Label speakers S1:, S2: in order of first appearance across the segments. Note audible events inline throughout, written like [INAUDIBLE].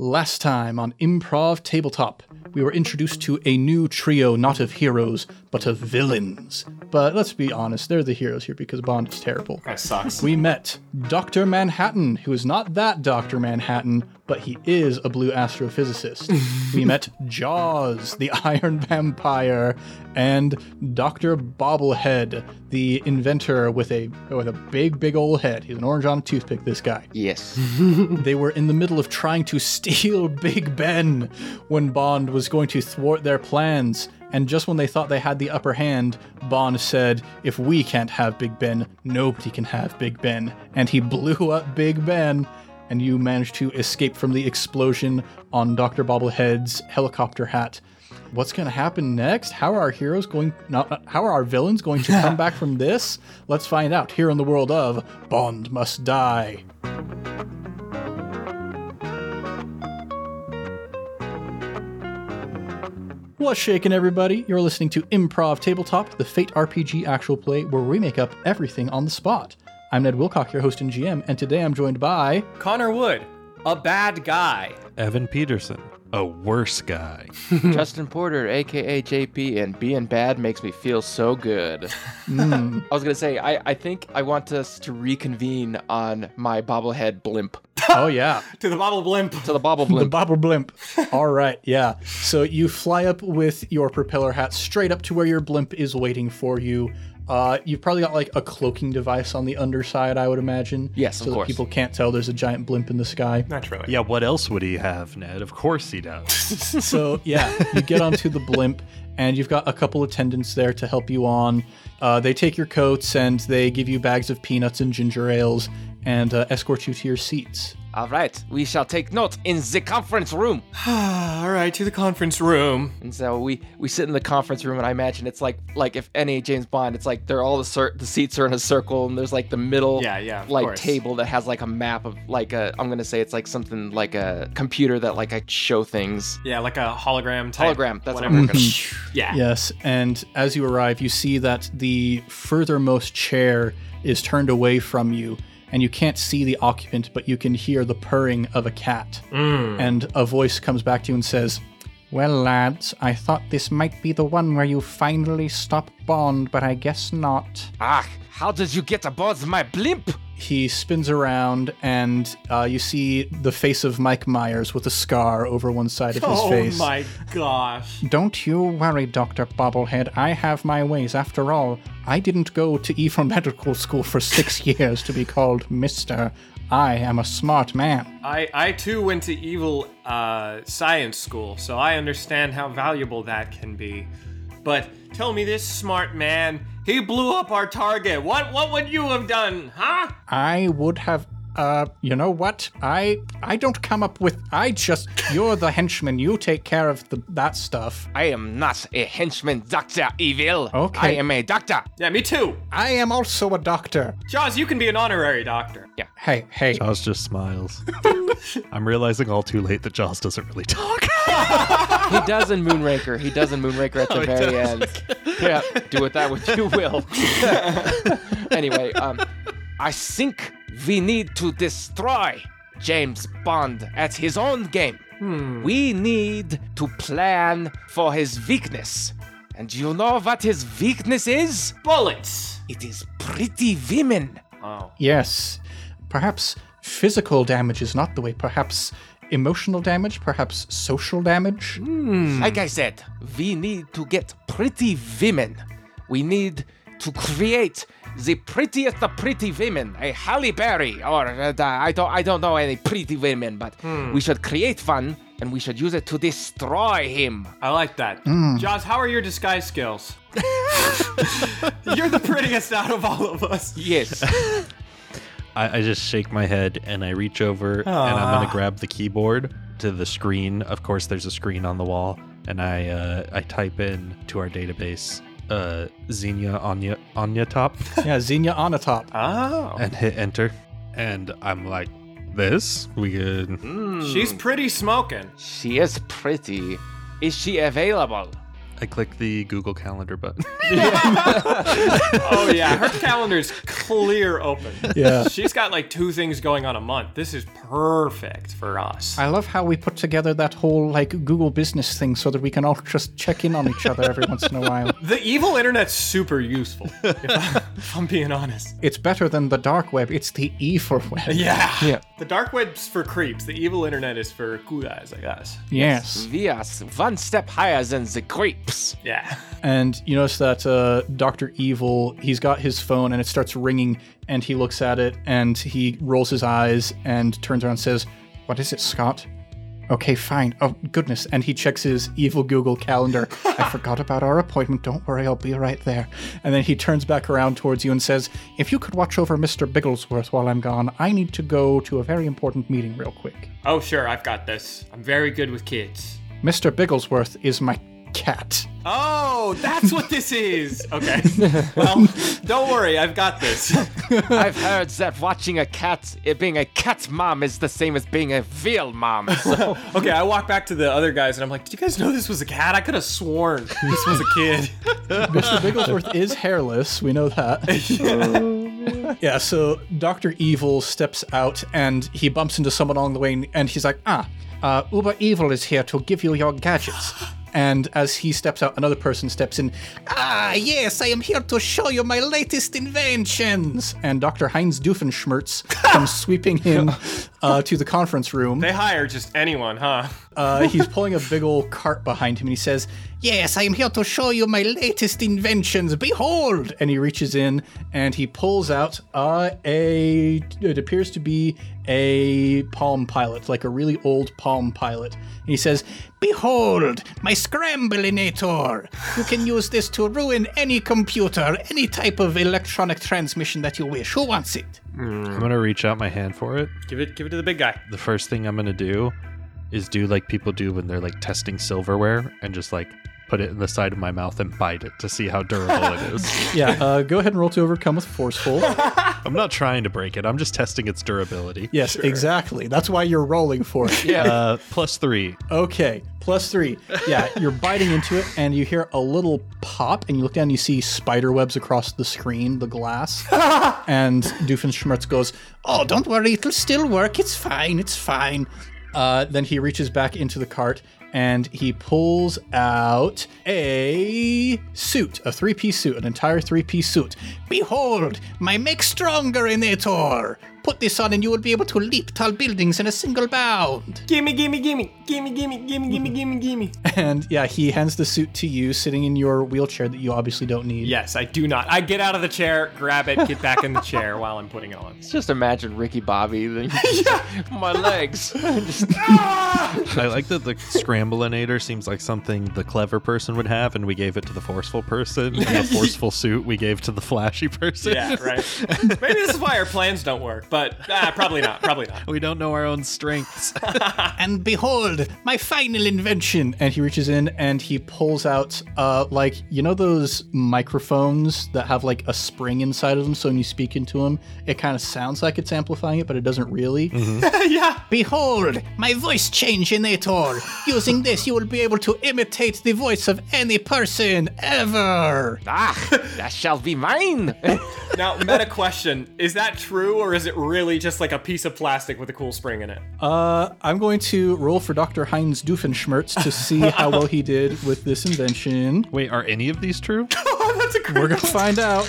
S1: Last time on Improv Tabletop, we were introduced to a new trio not of heroes, but of villains. But let's be honest, they're the heroes here because Bond is terrible.
S2: That sucks.
S1: We met Dr. Manhattan, who is not that Dr. Manhattan, but he is a blue astrophysicist. we met Jaws, the [LAUGHS] Iron Vampire, and Dr. Bobblehead, the inventor with a with a big, big old head. He's an orange on a toothpick, this guy.
S3: Yes.
S1: They were in the middle of trying to steal [LAUGHS] Big Ben when Bond was going to thwart their plans. And just when they thought they had the upper hand, Bond said, If we can't have Big Ben, nobody can have Big Ben. And he [LAUGHS] blew up Big Ben, and you managed to escape from the explosion on Dr. Bobblehead's helicopter hat. What's going to happen next? How are our heroes going? Not, how are our villains going to come back from this? Let's find out here in the world of Bond Must Die. What's shaking, everybody? You're listening to Improv Tabletop, the Fate RPG actual play where we make up everything on the spot. I'm Ned Wilcock, your host and GM, and today I'm joined
S3: [LAUGHS]
S1: by.
S2: [LAUGHS] Connor Wood, a bad guy.
S4: Evan Peterson, a worse guy.
S3: [LAUGHS] Justin Porter, aka JP, and being bad makes me feel so [LAUGHS] good.
S1: Mm,
S3: I was gonna say, I, I think I want us to reconvene on my bobblehead blimp.
S1: oh, yeah.
S2: To the bobble blimp.
S3: To [LAUGHS] the bobble
S1: The
S3: blimp.
S1: bobble blimp. All right, yeah. So you fly up with your propeller hat straight up to where your blimp is waiting for you. Uh, you've probably got like a cloaking device on the underside, I would imagine.
S3: Yes,
S1: so
S3: of
S1: that
S3: course.
S1: people can't tell there's a giant blimp in the sky.
S2: Naturally.
S4: Yeah, what else would he have, Ned? Of course he does.
S1: So yeah, you get onto the blimp, and you've got a couple attendants there to help you on. Uh, they take your coats and they give you bags of peanuts and ginger ales and uh, escort you to your seats.
S3: All right, we shall take note in the conference room.
S2: [SIGHS] All right, to the conference room.
S3: And so we we sit in the conference room, and I imagine it's like like if any James Bond, it's like they're all the cir- the seats are in a circle, and there's like the middle
S2: Yeah, yeah, of
S3: like
S2: course.
S3: table that has like a map of like a I'm gonna say it's like something like a computer that like I show things.
S2: Yeah, like a hologram type.
S3: Hologram, that's what
S2: whatever.
S3: I'm
S2: [LAUGHS] yeah.
S1: Yes, and as you arrive, you see that the furthermost chair is turned away from you, and you can't see the occupant, but you can hear the purring of a cat. And a voice comes back to you and says, Well, lads, I thought this might be the one where you finally stop Bond, but I guess not.
S3: Ah, how did you get aboard my blimp?
S1: he spins around and uh, you see the face of Mike Myers with a scar over one side of his
S2: Oh
S1: face.
S2: my gosh.
S1: Don't you worry, Dr. Bobblehead. I have my ways. After all, I didn't go to Evil Medical School for six [LAUGHS] years to be called Mister. I am a smart man.
S2: I, I too went to evil uh, science school, so I understand how valuable that can be. But tell me this smart man, he blew up our target. What what would you have done, huh?
S1: I would have. Uh, you know what? I I don't come up with. I just. You're the henchman. You take care of the, that stuff.
S3: I am not a henchman, Doctor Evil.
S1: Okay.
S3: I am a doctor.
S2: Yeah, me too.
S1: I am also a doctor.
S2: Jaws, you can be an honorary doctor.
S1: Hey, hey.
S4: Jaws just smiles. [LAUGHS] I'm realizing all too late that Jaws doesn't really talk.
S3: He does in Moonraker. Oh, He does in Moonraker [LAUGHS] at the very end. [LAUGHS] yeah, do with that what you will. [LAUGHS] anyway, um, I think we need to destroy James Bond at his own game. We need to plan for his weakness. And you know what his weakness is?
S2: Bullets.
S3: It is pretty women.
S2: Oh.
S1: Yes. Perhaps physical damage is not the way. Perhaps emotional damage, perhaps social damage.
S3: Like I said, we need to get pretty women. We need to create the prettiest of pretty women, a Halle Berry, or uh, I don't, I don't know any pretty women, but we should create one and we should use it to destroy him.
S2: I like that. Jaws, how are your disguise skills? [LAUGHS] You're the prettiest out of all of us.
S3: [LAUGHS] Yes,
S4: I, I just shake my head and I reach over and I'm gonna grab the keyboard to the screen. Of course, there's a screen on the wall, and I uh, I type in to our database uh, Xenia Anya Anya Top
S1: yeah, Xenia on a top.
S2: Oh.
S4: and hit enter, and I'm like, this we could.
S2: She's pretty smoking.
S3: she is pretty. Is she available?
S4: I click the Google Calendar button. [LAUGHS]
S2: Oh yeah, her calendar's clear open.
S1: Yeah.
S2: She's got like two things going on a month. This is perfect for us.
S1: [LAUGHS] I love how we put together that whole like Google business thing so that we can all [LAUGHS] just check in on each other every once in a [LAUGHS] while.
S2: The evil internet's super useful, if, I, if I'm being honest.
S1: It's better than the dark web. It's the evil web.
S2: Yeah.
S3: Yeah.
S2: The dark web's for creeps. The evil internet is for kudas, I guess.
S1: Yes.
S3: We are s- one step higher than the creeps.
S2: Yeah.
S1: And you notice that uh, Dr. Evil, he's got his phone and it starts ringing and he looks at it and he rolls his eyes and turns around and says, What is it, Scott? Okay, fine. Oh, goodness. And he checks his evil Google calendar. I forgot about our appointment. Don't worry, I'll be right there. And then he turns back around towards you and says, If you could watch over Mr. Bigglesworth while I'm gone, I need to go to a very important meeting real quick.
S2: Oh sure, I've got this. I'm very good with kids.
S1: Mr. Bigglesworth is my cat.
S2: Oh, that's what this is. [LAUGHS] Okay. Well, don't worry, I've got this.
S3: I've heard that watching a cat, it being a cat mom, is the same as being a veal mom. So
S2: Okay, I walk back to the other guys and I'm like, "Did you guys know this was a cat? I could have sworn this was a kid."
S1: Mr. Bigglesworth is hairless. We know that. yeah. so Dr. Evil steps out and he bumps into someone along the way and he's like, ah, uh, Uber Evil is here to give you your gadgets. And as he steps out, another person steps in. Ah, yes, I am here to show you my latest inventions. And Dr. Heinz Doofenshmirtz comes sweeping in uh, to the conference room.
S2: They hire just anyone, huh?
S1: Uh, he's pulling a big old cart behind him and he says, Yes, I am here to show you my latest inventions. Behold! And he reaches in and he pulls out uh, a. It appears to be a Palm Pilot, like a really old Palm Pilot. And he says, Behold, my Scramblinator! You can use this to ruin any computer, any type of electronic transmission that you wish. Who wants it?
S4: I'm gonna reach out my hand for it.
S2: Give it give it to the big guy.
S4: The first thing I'm gonna do is do like people do when they're like testing silverware and just like put it in the side of my mouth and bite it to see how durable
S2: [LAUGHS]
S4: it is.
S1: Yeah, uh, go ahead and roll to overcome with [LAUGHS] forceful.
S4: I'm not trying to break it. I'm just testing its durability.
S1: yes, exactly. That's why you're rolling for it.
S3: yeah,
S4: Uh, plus three.
S1: Okay, plus three. Yeah, you're biting into it, and you hear a little pop, and you look down, and you see spider webs across the screen, the glass. and Doofenshmirtz goes, "Oh, don't worry, it'll still work. It's fine. It's fine." Uh, then he reaches back into the cart and he pulls out a suit, a three-piece suit, an entire three-piece suit. Behold, my make stronger inator. Put this on, and you will be able to leap tall buildings in a single bound.
S2: Gimme, gimme, gimme, gimme, gimme, gimme, gimme, gimme, gimme.
S1: And yeah, he hands the suit to you, sitting in your wheelchair that you obviously don't need.
S2: Yes, I do not. I get out of the chair, grab it, get back in the chair while I'm putting it on.
S3: just imagine Ricky Bobby. then- [LAUGHS] My legs. Just-
S4: I like that the scramblinator seems like something the clever person would have, and we gave it to the forceful person. And
S2: [LAUGHS]
S4: the forceful suit we gave to the flashy person.
S2: Yeah, right. Maybe this is why our plans don't work, but ah, probably not. Probably not.
S4: We don't know our own strengths.
S1: And behold, my final invention. And he reaches in and he pulls out, uh, like, you know, those microphones that have like a spring inside of them. So when you speak into them, it kind of sounds like it's amplifying it, but it doesn't really.
S2: [LAUGHS] yeah.
S1: Behold, my voice change inator. Using this, you will be able to imitate the voice of any person ever.
S3: ah, that shall be mine.
S2: Now, meta question: Is that true, or is it really just like a piece of plastic with a cool spring in it?
S1: Uh, I'm going to roll for Dr. Heinz Doofenshmirtz to [LAUGHS] see how well he did with this invention.
S4: Wait, are any of these true?
S2: Oh, that's a great.
S1: We're gonna find out.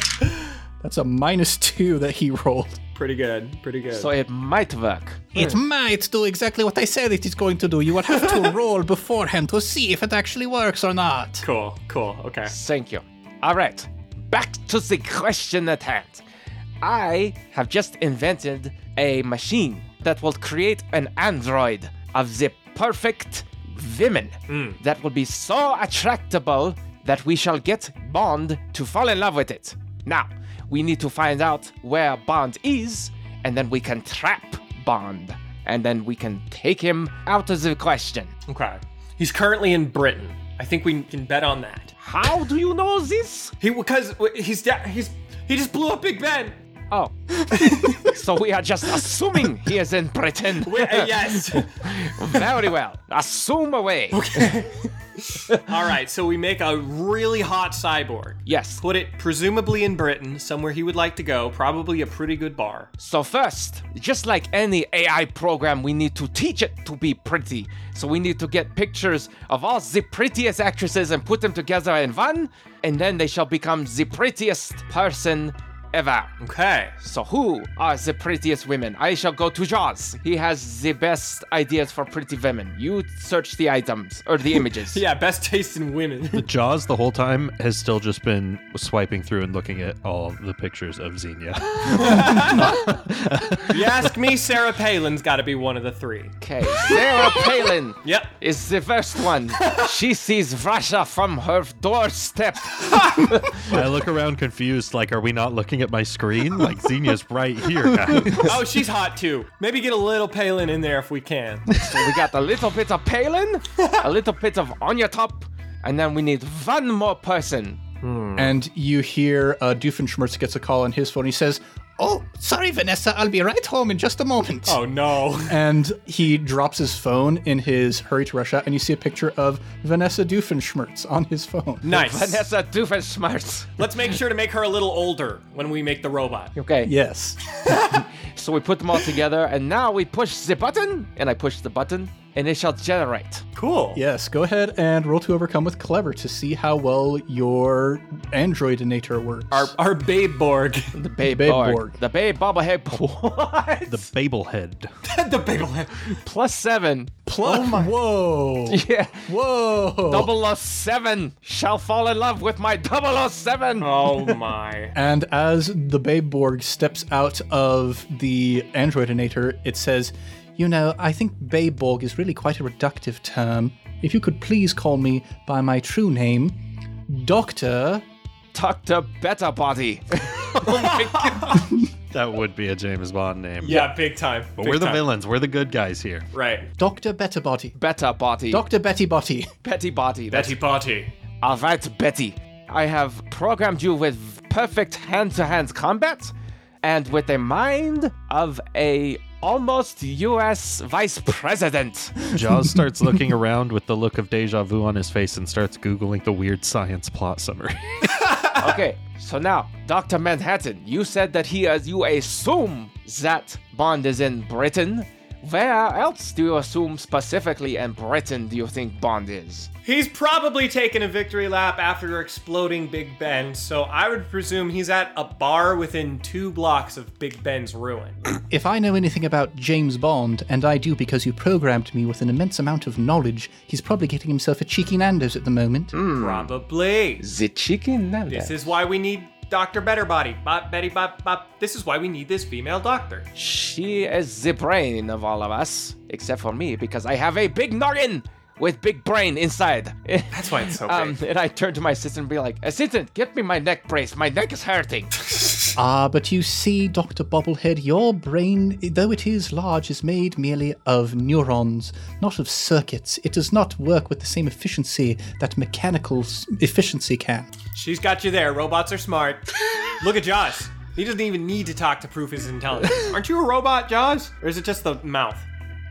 S1: That's a minus two that he rolled. Hmm.
S2: Pretty good. Pretty good.
S3: so it might work.
S1: It might do exactly what I said it is going to do. You would have [LAUGHS] to roll beforehand to see if it actually works or not.
S2: cool. Cool. Okay.
S3: Thank you. All right, back to the question at hand. I have just invented a machine that will create an android of the perfect women that will be so attractable that we shall get Bond to fall in love with it. Now, we need to find out where Bond is, and then we can trap Bond, and then we can take him out of the question.
S2: Okay. He's currently in Britain. I think we can bet on that.
S3: How do you know this?
S2: He because he's da- he's he just blew up Big Ben.
S3: Oh. so we are just assuming he is [LAUGHS] in Britain.
S2: Wait, uh, yes.
S3: Very well. Assume away.
S2: All right, so we make a really hot cyborg.
S3: Yes.
S2: Put it presumably in Britain, somewhere he would like to go, probably a pretty good bar.
S3: So, first, just like any AI program, we need to teach it to be pretty. So, we need to get pictures of all the prettiest actresses and put them together in one, and then they shall become the prettiest person ever.
S2: Okay.
S3: So, who are the prettiest women? I shall go to Jaws. He has the best ideas for pretty women. You search the items or the images.
S2: Yeah, best taste in
S3: [LAUGHS]
S2: women.
S4: Jaws the whole time has still just been swiping through and looking at all the pictures of
S2: [LAUGHS]
S4: Xenia.
S2: you ask me, Sarah Palin's got to be one of the three.
S3: Okay. Sarah Palin.
S2: Yep.
S3: Is the first one. she sees Russia from her doorstep.
S4: I look around confused, like, are we not looking at my screen? Like, Xenia's right
S2: [LAUGHS]
S4: here, guys.
S2: Oh, she's hot too. Maybe get a little Palin in there if we
S4: [LAUGHS]
S2: can.
S3: So we got a little bit of Palin, a little bit of Anya Top, and then we need one more person.
S1: And you hear uh, Doofenshmirtz gets a call on his phone. He says, Oh, sorry, Vanessa, I'll be right home in just a moment.
S2: Oh
S4: [LAUGHS]
S2: no.
S1: And he drops his phone in his hurry to rush out, and you see a picture of Vanessa Doofenshmirtz on his phone.
S2: Nice.
S3: Vanessa Doofenshmirtz.
S2: Let's make sure to make her a little older when we make the robot.
S3: Okay.
S1: Yes.
S3: So we put them all together, and now we push the button, and I push the button, and it shall generate.
S2: Cool.
S1: Yes, go ahead and roll to overcome with clever to see how well your android nator works.
S2: Our, our babe
S4: [LAUGHS]
S2: Borg. [LAUGHS]
S3: The Babe
S1: Babe
S3: Borg.
S1: Borg.
S3: The Babe Bobblehead. [LAUGHS] What?
S4: The Babelhead.
S2: the babe.
S3: Plus seven.
S1: plus, Oh whoa,
S3: Yeah.
S1: whoa.
S3: 007 shall fall in love with my 007.
S2: Oh my.
S1: And as the Babe Borg steps out of the androidinator, it says, You know, I think Babe Borg is really quite a reductive term. If you could please call me by my true name, Doctor.
S3: Dr. Better Body.
S4: That would be a James Bond name.
S2: [LAUGHS] Yeah, big time.
S4: But
S2: Big
S4: we're the
S2: time.
S4: villains. We're the good guys here.
S2: Right.
S1: Dr. Betterbody.
S3: Better Body.
S1: Dr. Betty Botty.
S3: Betty Body. That's
S2: Betty Potty.
S3: All right, Betty. I have programmed you with perfect hand-to-hand combat and with the mind of a almost US vice [LAUGHS] president.
S4: Jaws starts looking around with the look of deja vu on his face and starts Googling the weird science plot summary. [LAUGHS]
S3: okay, so now, Dr. Manhattan, you said that he as you assume that Bond is in Britain. Where else do you assume specifically in Britain do you think Bond is?
S2: He's probably taken a victory lap after exploding Big Ben, so I would presume he's at a bar within two blocks of Big Ben's
S4: [CLEARS THROAT]
S2: ruin.
S1: If I know anything about James Bond, and I do because you programmed me with an immense amount of knowledge, he's probably getting himself a cheeky Nando's at the moment.
S2: Probably.
S3: The chicken now.
S2: This is why we need Dr. Betterbody. Bop, Betty, bop, bop. This is why we need this female doctor.
S3: She is the brain of all of us, except for me, because I have a big noggin with big brain inside. [LAUGHS]
S2: That's why it's so
S3: um,
S2: big.
S3: and I turn to my assistant and be like, Assistant, get me my neck brace. My neck is hurting.
S1: Ah, but you see, Dr. Bobblehead, your brain, though it is large, is made merely of neurons, not of circuits. It does not work with the same efficiency that mechanical s- efficiency can.
S2: She's got you there. Robots are [LAUGHS] smart. Look at Jaws. He doesn't even need to talk to prove his [LAUGHS] intelligence. Aren't you a robot, Jaws? Or is it just the mouth?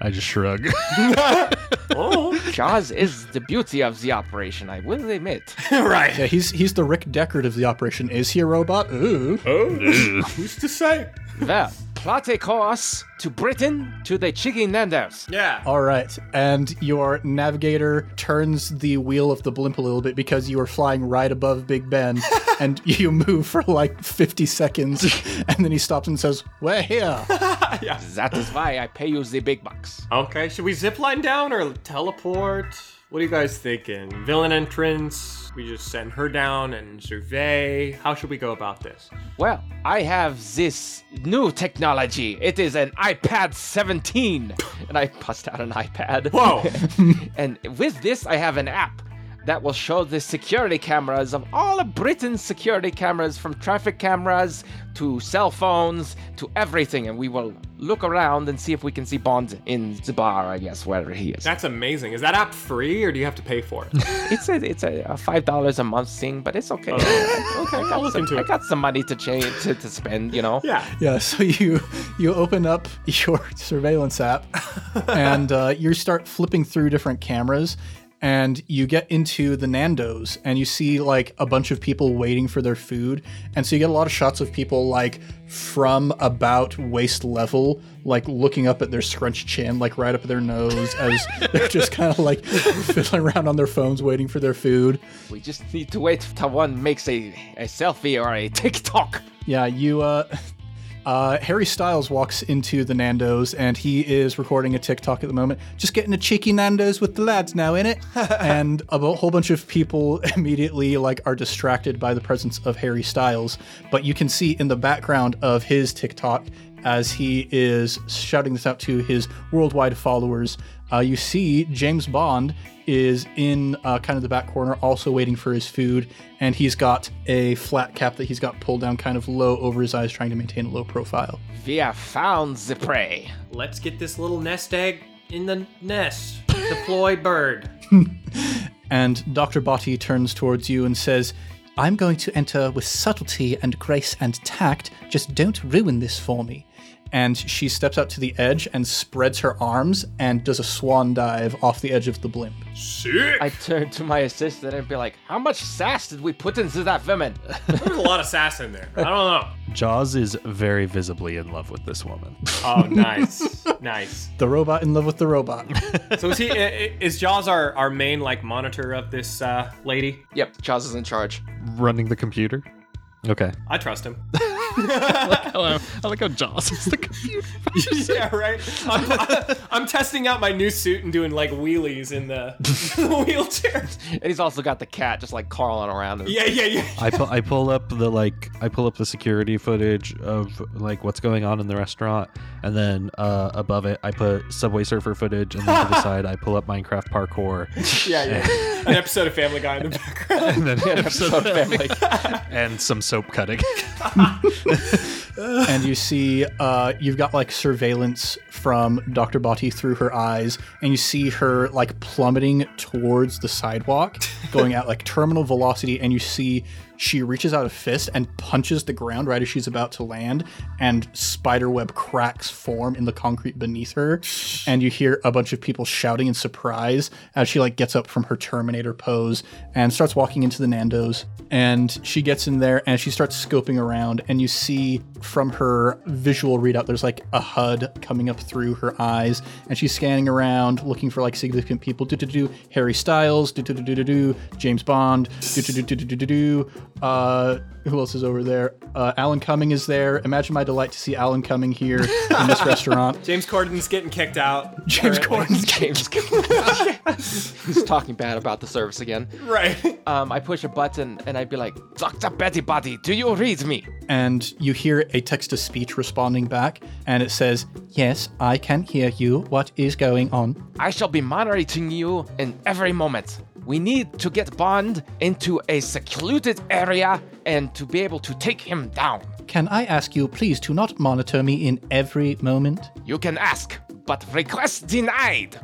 S4: I just shrug. [LAUGHS]
S2: Oh,
S3: Jaws is the beauty of the operation, I will admit.
S2: [LAUGHS] right.
S1: Yeah, he's he's the Rick Deckard of the operation. Is he a robot? Ooh.
S2: Who's to say?
S3: Well, plot a course to Britain to the chicken nenders.
S2: Yeah.
S1: All right, and your navigator turns the wheel of the blimp a little bit because you are flying right above Big Ben, and you move for like 50 seconds, and then he stops and says, "We're here."
S3: That is why I pay you the big bucks.
S2: Oh, Okay, should we zip line down or teleport? What are you guys thinking? Villain entrance? We just send her down and survey? How should we go about this?
S3: Well, I have this new technology. It is an iPad 17. and I bust out an iPad.
S2: Whoa! [LAUGHS]
S3: And with this, I have an app that will show the security cameras of all of Britain's security cameras, from traffic cameras to cell phones to everything. And we will look around and see if we can see Bond in the bar, I guess, wherever he is.
S2: That's amazing. Is that app free or do you have to pay for [LAUGHS] it?
S3: It's a it's a, a five dollars a month thing, but it's okay. okay, I got,
S2: look
S3: some,
S2: into
S3: I
S2: it.
S3: got some money to change to, to spend, you know.
S2: yeah.
S1: Yeah, [LAUGHS] so you you open up [LAUGHS] your surveillance app and uh, you start flipping through different cameras and you get into the Nando's and you see like a bunch of people waiting for their food. And so you get a lot of shots of people like from about waist level, like looking up at their scrunched chin, like right up at their nose as [LAUGHS] they're just kind of like [LAUGHS] fiddling around on their phones waiting for their food.
S3: We just need to wait till one makes a, a selfie or a [LAUGHS] TikTok.
S1: Yeah, you. Uh, [LAUGHS] uh, Harry Styles walks into the Nando's and he is recording a TikTok at the moment. Just getting a cheeky Nando's with the lads now in it, and a bu- whole bunch of people [LAUGHS] immediately like are distracted by the presence of Harry Styles. But you can see in the background of his TikTok as he is shouting this out to his worldwide followers. Uh, you see James Bond is in uh, kind of the back corner, also waiting for his food, and he's got a flat cap that he's got pulled down kind of low over his eyes, trying to maintain a low profile.
S3: We have found the prey.
S2: Let's get this little nest egg in the [LAUGHS] nest. Deploy bird.
S1: And Dr. Botti turns towards you and says, I'm going to enter with subtlety and grace and tact. Just don't ruin this for me. And she steps out to the edge and spreads her arms and does a swan dive off the edge of the blimp.
S3: I turned to my assistant and be like, "How much sass did we put into that woman?"
S2: There's a lot of sass in there. I don't know.
S4: Jaws is very visibly in love with this woman.
S2: Oh, nice, nice.
S1: The robot in love with the robot.
S2: So is he? i- i- Is Jaws our our main like monitor of this uh, lady?
S3: [LAUGHS] yep, Charles is in charge.
S4: Running the computer. Okay.
S2: I trust [LAUGHS] him.
S5: Hello. I like how Jaws is the computer.
S2: [LAUGHS] yeah, right. I'm, [LAUGHS] I'm testing out my new suit and doing like wheelies in the [LAUGHS] wheelchair.
S3: And he's also got the cat just like crawling around. And
S2: Yeah, yeah, yeah.
S4: I pull, I pull up the like I pull up the security footage of like what's going on in the restaurant, and then uh, above it I put Subway Surfer footage, and then to [LAUGHS] the side I pull up Minecraft parkour,
S2: Yeah, yeah. An episode of Family Guy in the background.
S4: and [LAUGHS] then
S3: So [LAUGHS] family.
S4: and some soap cutting. [LAUGHS]
S1: [LAUGHS] and you see uh, you've got like surveillance from Dr. Botti through her eyes, and you see her like plummeting towards the sidewalk, going at like terminal velocity, and you see she reaches out a fist and punches the ground right as she's about to land, and spiderweb cracks form in the concrete beneath her, and you hear a bunch of people shouting in surprise as she like gets up from her Terminator pose and starts walking into the Nando's. And she gets in there and she starts scoping around, and you see from her visual readout, there's like a HUD coming up through her eyes, and she's scanning around looking for like significant people. Do do do Harry Styles, do do do do do James Bond, do do do do do do do. Uh, who else is over there? Uh, Alan Cumming is there. Imagine my delight to see Alan Cumming here in this restaurant.
S2: James Corden's getting kicked out.
S1: James
S2: apparently.
S1: Corden's
S3: James, he's talking bad about the service again.
S2: [LAUGHS] Right.
S3: Um, I push a button and I'd be like, "Doctor Betty Body, do you read me?"
S1: and you hear a text to speech responding back, and it says, Yes, I can hear you. What is going on?
S3: I shall be monitoring you in every moment. We need to get Bond into a secluded area and to be able to take him down.
S1: Can I ask you, please, to not monitor me in every moment?
S3: You can ask, but request denied.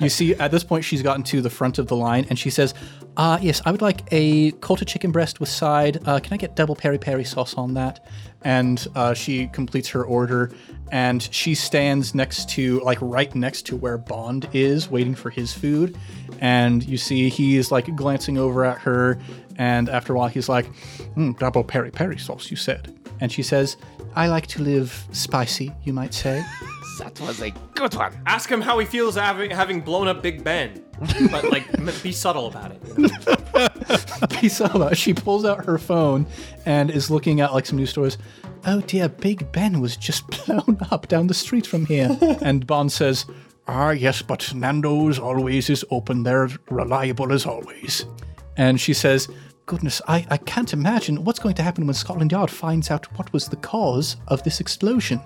S1: you see, at this point, she's gotten to the front of the line, and she says, Ah, yes, I would like a quarter chicken breast with side. Uh, can I get double peri peri sauce on that? And uh, she completes her order, and she stands next to, like, right next to where Bond is, waiting for his food. And you see, he's like glancing over at her, and after a while, he's like, "Mm, Double peri peri sauce, you said. And she says, I like to live spicy, you might say.
S3: That was a good one.
S2: Ask him how he feels having having blown up Big Ben, but like [LAUGHS] m- be subtle about it. you know?
S1: Pisala, [LAUGHS] she pulls out her phone and is looking at like some news stories. Oh dear, Big Ben was just [LAUGHS] blown up down the street from here. and Bond says, Ah, yes, but Nando's always is open. They're reliable as always. And she says, Goodness, I, I can't imagine what's going to happen when Scotland Yard finds out what was the cause of this explosion.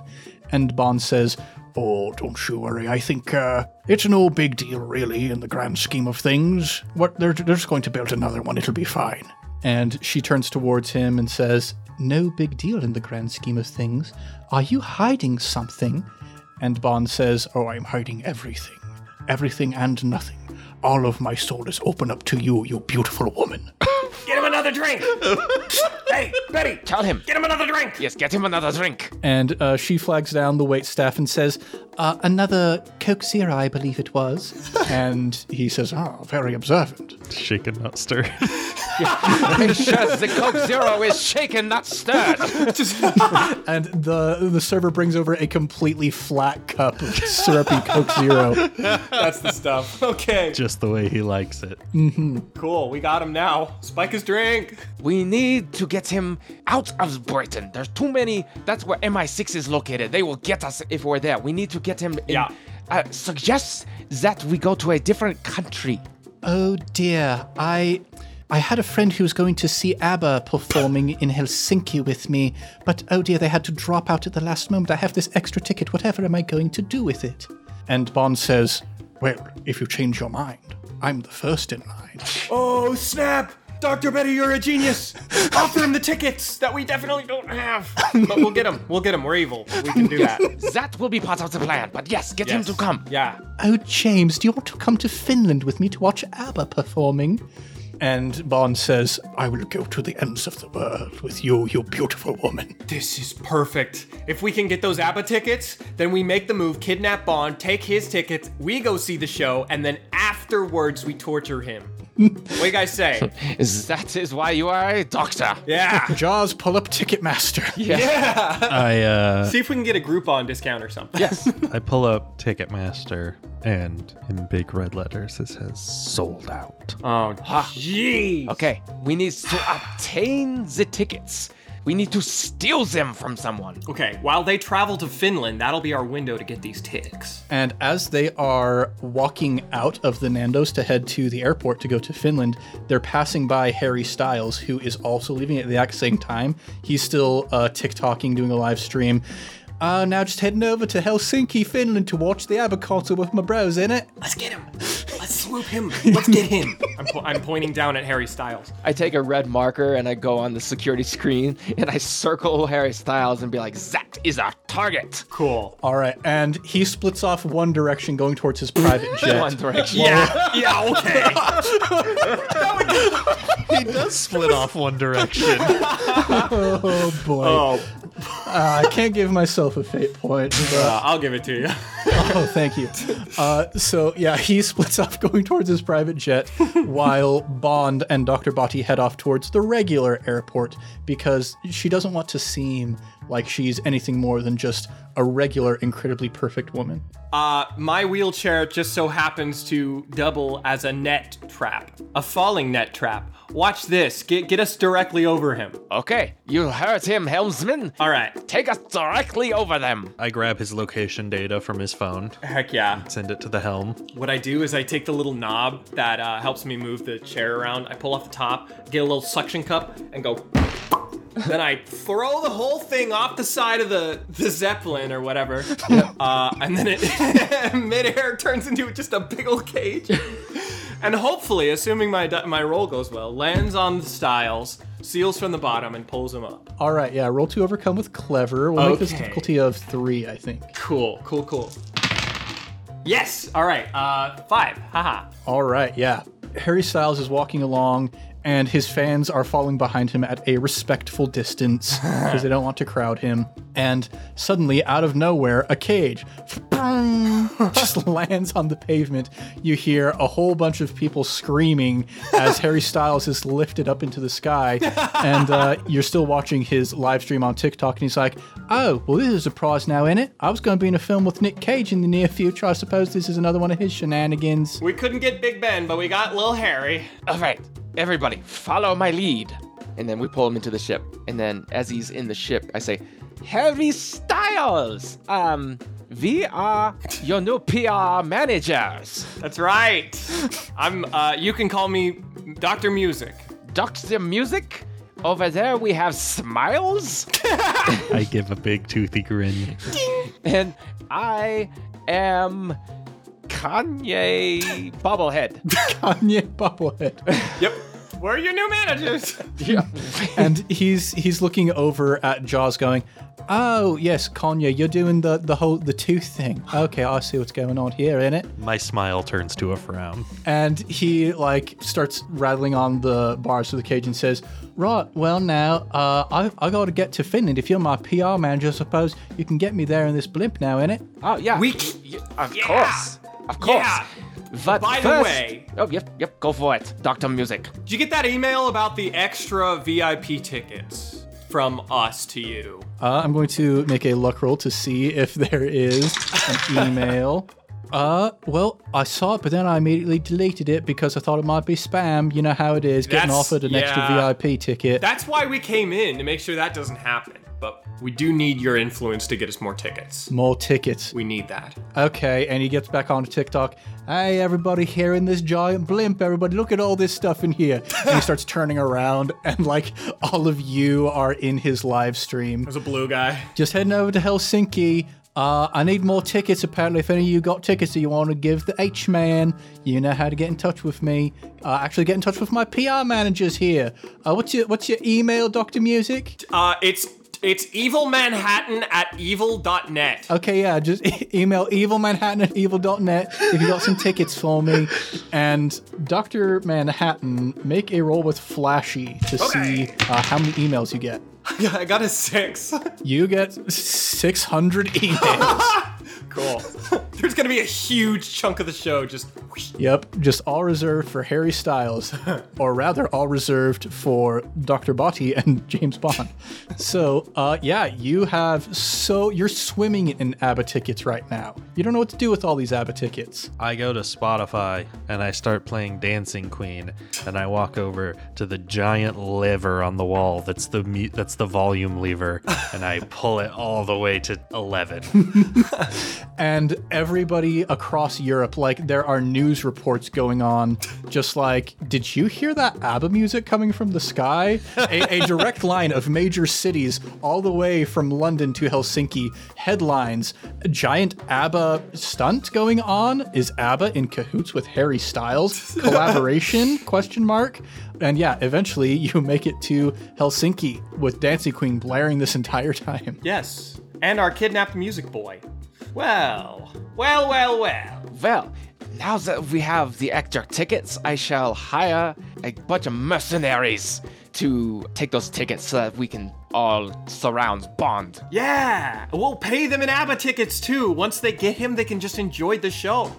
S1: And Bond says, Oh, don't you worry. I think uh, it's no big deal, really, in the grand scheme of things. What they're, they're just going to build another one. It'll be fine. And she turns towards him and says, No big deal in the grand scheme of things. Are you hiding something? And Bond says, Oh, I'm hiding everything. Everything and nothing. All of my soul is open up to you, you beautiful woman.
S2: Get him a another
S3: [LAUGHS]
S2: drink. hey, Betty,
S3: Tell him.
S2: get him another drink.
S3: Yes, get him another drink.
S1: And uh, she flags down the waitstaff and says, uh, Another Coke Zero, I believe it [LAUGHS] was. and he says, Oh, very observant.
S4: Shaken, not stirred.
S3: Make sure the Coke Zero is shaken, not stirred.
S1: And the, the server brings over a completely flat cup [LAUGHS] of syrupy Coke Zero.
S2: That's the stuff. [LAUGHS] Okay,
S4: [LAUGHS] Just the way he likes it.
S2: cool. We got him now. Spike his drink.
S3: We need to get him out of Britain. There's too many. That's where MI6 is located. They will get us if we're there. We need to get him. In,
S2: Yeah.
S3: Uh, suggest that we go to a different country.
S1: Oh dear, I. I had a friend who was going to see ABBA performing in Helsinki with me, but oh dear, they had to drop out at the last moment. I have this extra ticket. Whatever am I going to do with it? And Bond says, Well, if you change your mind, I'm the first in line.
S2: Oh snap! Dr. Betty, you're a genius. Offer him the tickets that we definitely don't
S3: [LAUGHS]
S2: have. But we'll get him. We'll get him. We're evil. We can do that.
S3: That will be part of the plan. But yes, get him
S2: Yes.
S3: to come.
S2: Yeah.
S1: Oh, James, do you want to come to Finland with me to watch ABBA performing? And Bond says, I will go to the ends of the world with you, you beautiful woman.
S2: This is perfect. If we can get those ABBA tickets, then we make the move, kidnap Bond, take his tickets, we go see the show, and then afterwards we torture him. what do you guys say?
S3: That is why you are a doctor.
S2: Yeah.
S1: Jaws, pull up [LAUGHS] Ticketmaster.
S4: I uh,
S2: See if we can get a Groupon discount or something.
S3: Yes.
S4: I pull up Ticketmaster, and in big red letters it says "sold out."
S2: Oh, jeez.
S3: okay. We need to obtain the tickets. We need to steal them from someone.
S2: Okay, while they travel to Finland, that'll be our window to get these ticks.
S1: And as they are walking out of the Nandos to head to the airport to go to Finland, they're passing by Harry Styles, who is also leaving at the exact same time. He's still uh, TikToking, doing a live stream. Uh, now just heading over to Helsinki, Finland to watch the ABBA concert with my bros in it.
S2: Let's get him. Let's swoop him. Let's get him. I'm, po- I'm pointing down at Harry Styles.
S3: I take a red marker and I go on the security screen and I circle Harry Styles and be like, that is our target.
S2: Cool.
S1: All right, and he splits off one direction going towards his
S2: [LAUGHS]
S1: private
S3: One
S1: jet.
S3: Direction.
S2: Yeah. Yeah, okay.
S4: He [LAUGHS] does split off one direction.
S1: oh boy,
S2: Oh,
S1: Uh, I can't give myself a fate point. but-
S2: uh, I'll give it to you.
S1: [LAUGHS] Oh, thank you. Uh, so, yeah, he [LAUGHS] splits off going towards his private jet while Bond and Dr. Botti head off towards the regular airport because she doesn't want to seem like she's anything more than just a regular, incredibly perfect woman.
S2: Uh, my wheelchair just so happens to double as a net trap, a falling net trap. Watch this. Get get us directly over him.
S3: Okay, you heard him, helmsman.
S2: All right.
S3: Take us directly over them.
S4: I grab his location data from his phone,
S2: Heck yeah.
S4: send it to the helm.
S2: What I do is I take the little knob that uh, helps me move the chair around. I pull off the top, get a little suction cup, and go. [LAUGHS] then I throw the whole thing off the side of the, the zeppelin or whatever, uh, and then it [LAUGHS] midair turns into just a big old cage. and hopefully, assuming my di- my roll goes well, lands on the stiles, seals from the bottom, and pulls them up.
S1: All right, yeah, roll to overcome with clever. We'll make this
S2: Okay.
S1: difficulty of three, I think.
S2: Cool, cool, cool. Yes. All right. Uh, five. Haha.
S1: All right, yeah. Harry Styles is walking along, and his fans are falling behind him at a respectful distance because they don't want to crowd him. And suddenly, out of nowhere, a cage [LAUGHS] just lands on the pavement. You hear a whole bunch of people screaming as Harry Styles is lifted up into the sky. And uh, you're still watching his live stream on TikTok, and he's like, Oh, well, this is a surprise now, innit? I was going to be in a film with Nick Cage in the near future. I suppose this is another one of his shenanigans.
S2: We couldn't get Big Ben, but we got Lil Harry.
S3: All right, everybody, follow my lead. And then we pull him into the ship. And then, as he's in the ship, I say, Harry Styles, um, we are your new PR managers.
S2: That's right. I'm. Uh, you can call me Doctor Music.
S3: Dr. Music, over there we have Smiles.
S4: I give a big toothy grin.
S3: And I am Kanye Bobblehead.
S1: [LAUGHS] Kanye Bubblehead.
S2: Yep. We're your new managers.
S1: and he's he's looking over at Jaws, going, "Oh yes, Konya, you're doing the the whole the tooth thing. Okay, I see what's going on here, in it."
S4: My smile turns to a frown.
S1: And he like starts rattling on the bars of the cage and says, "Right, well now, uh, I I got to get to Finland. If you're my PR manager, I suppose you can get me there in this blimp now, in it."
S3: Oh yeah.
S2: We
S3: y-
S2: c-
S3: y- of
S2: yeah.
S3: course. Of course.
S2: Yeah.
S3: But
S2: By the
S3: first,
S2: way-
S3: Oh yep, yep, go for it. Doctor Music.
S2: Did you get that email about the extra VIP tickets from us to you?
S1: Uh, I'm going to make a luck roll to see if [LAUGHS] there is an
S2: [LAUGHS]
S1: email. Uh, well, I saw it, but then I immediately deleted it because I thought it might be spam. You know how it is, getting
S2: That's-
S1: offered an
S2: yeah.
S1: extra VIP ticket.
S2: That's why we came in to make sure that doesn't happen. But we do need your influence to get us more tickets.
S1: More tickets.
S2: We need that.
S1: Okay, and he gets back onto TikTok. Hey, everybody here in this giant blimp, everybody, look at all this stuff in here. and he starts turning around, and like all of you are in his live stream.
S2: There's a blue guy.
S1: Just heading over to Helsinki. Uh, I need more tickets, apparently. If any of you got tickets that you want to give the H Man, you know how to get in touch with me. Uh, actually, get in touch with my PR managers here. Uh, what's your What's your email, Doctor Music?
S2: Uh, it's it's evil Manhattan at evil.net.
S1: Okay, yeah, just [LAUGHS] e- email evilmanhattan at evil.net if you got some tickets for me. And Dr. Manhattan, make a roll with Flashy to see uh, how many emails you get.
S2: Yeah, [LAUGHS] I got a six.
S1: You get 600 emails.
S2: Cool. There's gonna be a huge chunk of the show just.
S1: yep, just all reserved for Harry Styles, or rather, all reserved for Dr. Botti and [LAUGHS] James Bond. So, uh, yeah, you have so you're swimming in ABBA tickets right now. You don't know what to do with all these ABBA tickets.
S4: I go to Spotify and I start playing Dancing Queen and I walk over to the giant lever on the wall that's the mu- that's the volume
S5: [LAUGHS]
S4: lever and I pull it all the way to 11.
S1: and everybody across Europe, like there are news reports going on, just like, did you hear that ABBA music coming from the sky? A, a direct line of major cities, all the way from London to Helsinki. Headlines: a Giant ABBA stunt going on. Is ABBA in cahoots with Harry Styles? Collaboration? question mark. And yeah, eventually you make it to Helsinki with Dancing Queen blaring this entire time.
S2: Yes, and our kidnapped music boy. Well, well, well, well.
S3: Well, now that we have the extra tickets, I shall hire a bunch of mercenaries to take those tickets so that we can all surround Bond.
S2: Yeah, we'll pay them in ABBA tickets too. Once they get him, they can just enjoy the show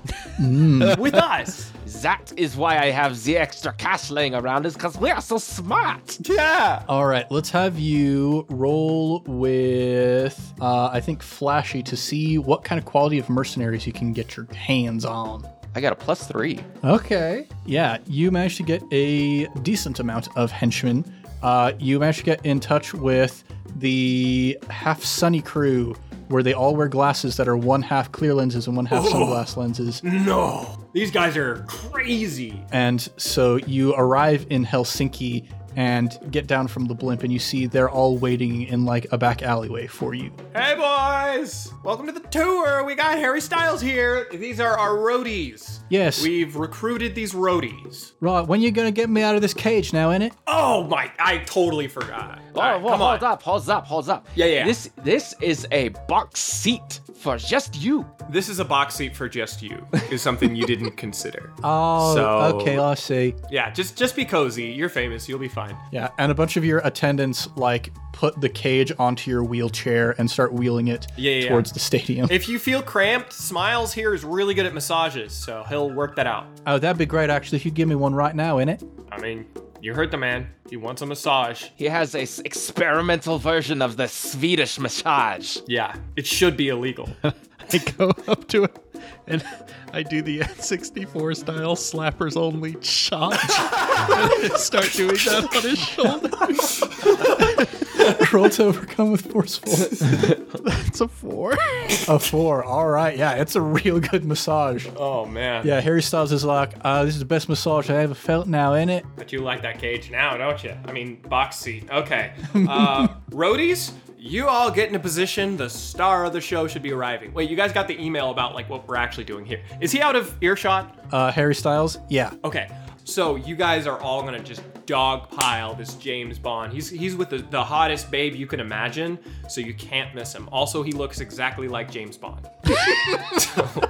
S2: with us.
S3: That is why I have the extra cash laying around, is because we are so smart.
S2: Yeah.
S1: All right, let's have you roll with, uh, I think, Flashy to see what kind of quality of mercenaries you can get your hands on.
S3: I got a plus three.
S1: Okay. Yeah, you managed to get a decent amount of henchmen. Uh, you managed to get in touch with the half sunny crew, where they all wear glasses that are one half clear lenses and one half sunglass lenses.
S2: No, these guys are crazy.
S1: And so you arrive in Helsinki and get down from the blimp, and you see they're all waiting in like a back alleyway for you.
S2: Hey boys, welcome to the tour. We got Harry Styles here. These are our roadies.
S1: Yes.
S2: We've recruited these roadies.
S1: Right, when you gonna get me out of this cage now, innit?
S2: Oh my, I totally forgot.
S3: Oh,
S2: All right,
S3: whoa,
S2: come
S3: hold
S2: on.
S3: up, hold up, hold up.
S2: Yeah, yeah.
S3: This this is a box seat for just you.
S2: This is a box seat for just you. Is something you didn't consider.
S1: Oh,
S2: So-
S1: okay, I see.
S2: yeah, just just be cozy. You're famous. You'll be fine.
S1: Yeah, and a bunch of your attendants like put the cage onto your wheelchair and start wheeling it
S2: Yeah, yeah, yeah.
S1: towards the stadium.
S2: If you feel cramped, Smiles here is really good at massages, so he'll work that out.
S1: [LAUGHS] oh, that'd be great actually if you'd give me one right now, innit? [LAUGHS]
S2: I mean, you heard the man. He wants a massage.
S3: He has a s- experimental version of the Swedish massage.
S2: Yeah, it should be illegal.
S5: I go up to it and I do the N64 style slappers only
S4: [LAUGHS]
S5: chop. [LAUGHS] and start doing that on his shoulder.
S1: Roll to overcome with forceful.
S5: It's a four.
S1: [LAUGHS] a four. All right, yeah, it's a real good massage.
S2: oh man.
S1: Yeah, Harry Styles is like, uh, this is the best massage I ever felt now, innit?
S2: But you like that cage now, don't you? I mean, box seat. Okay. Uh, roadies, you all get in a position. The star of the show should be arriving. Wait, you guys got the email about like what we're actually doing here. Is he out of earshot?
S1: Uh, Harry Styles? Yeah.
S2: Okay. So you guys are all gonna just dogpile this James Bond. He's he's with the, the hottest babe you can imagine, so you can't miss him. Also, he looks exactly like James Bond. [LAUGHS] so, [LAUGHS]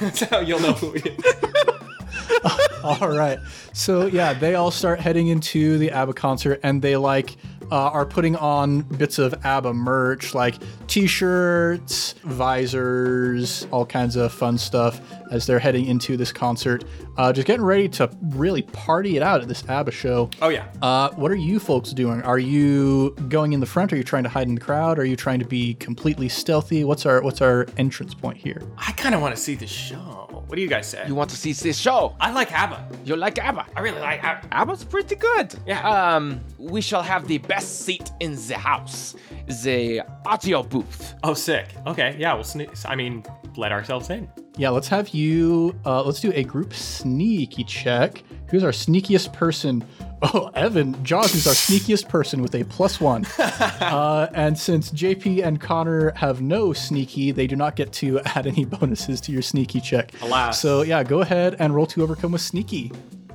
S2: that's how you'll know who it is.
S1: [LAUGHS] All right. So yeah, they all start heading into the ABBA concert, and they like uh, are putting on bits of ABBA merch, like T-shirts, visors, all kinds of fun stuff as they're heading into this concert. Uh, just getting ready to really party it out at this ABBA show.
S2: Oh yeah.
S1: Uh, what are you folks doing? Are you going in the front? Are you trying to hide in the crowd? Are you trying to be completely stealthy? What's our what's our entrance point here?
S2: I kind of want to see the show. What do you guys say?
S3: You want to see this show?
S2: I like ABBA.
S3: You like ABBA?
S2: I really like ABBA.
S3: ABBA's pretty good.
S2: Yeah.
S3: Um, we shall have the best seat in the house, the audio booth.
S2: Oh, sick. Okay, yeah, we'll sneak. I mean, let ourselves in.
S1: Yeah, let's have you. Uh, let's do a group sneaky check. Who's our sneakiest person? [LAUGHS] Oh, Evan Jaws is our sneakiest person with a plus one. Uh, and since JP and Connor have no sneaky, they do not get to [LAUGHS] add any bonuses to your sneaky check.
S2: Alas.
S1: So yeah, go ahead and roll to overcome with sneaky.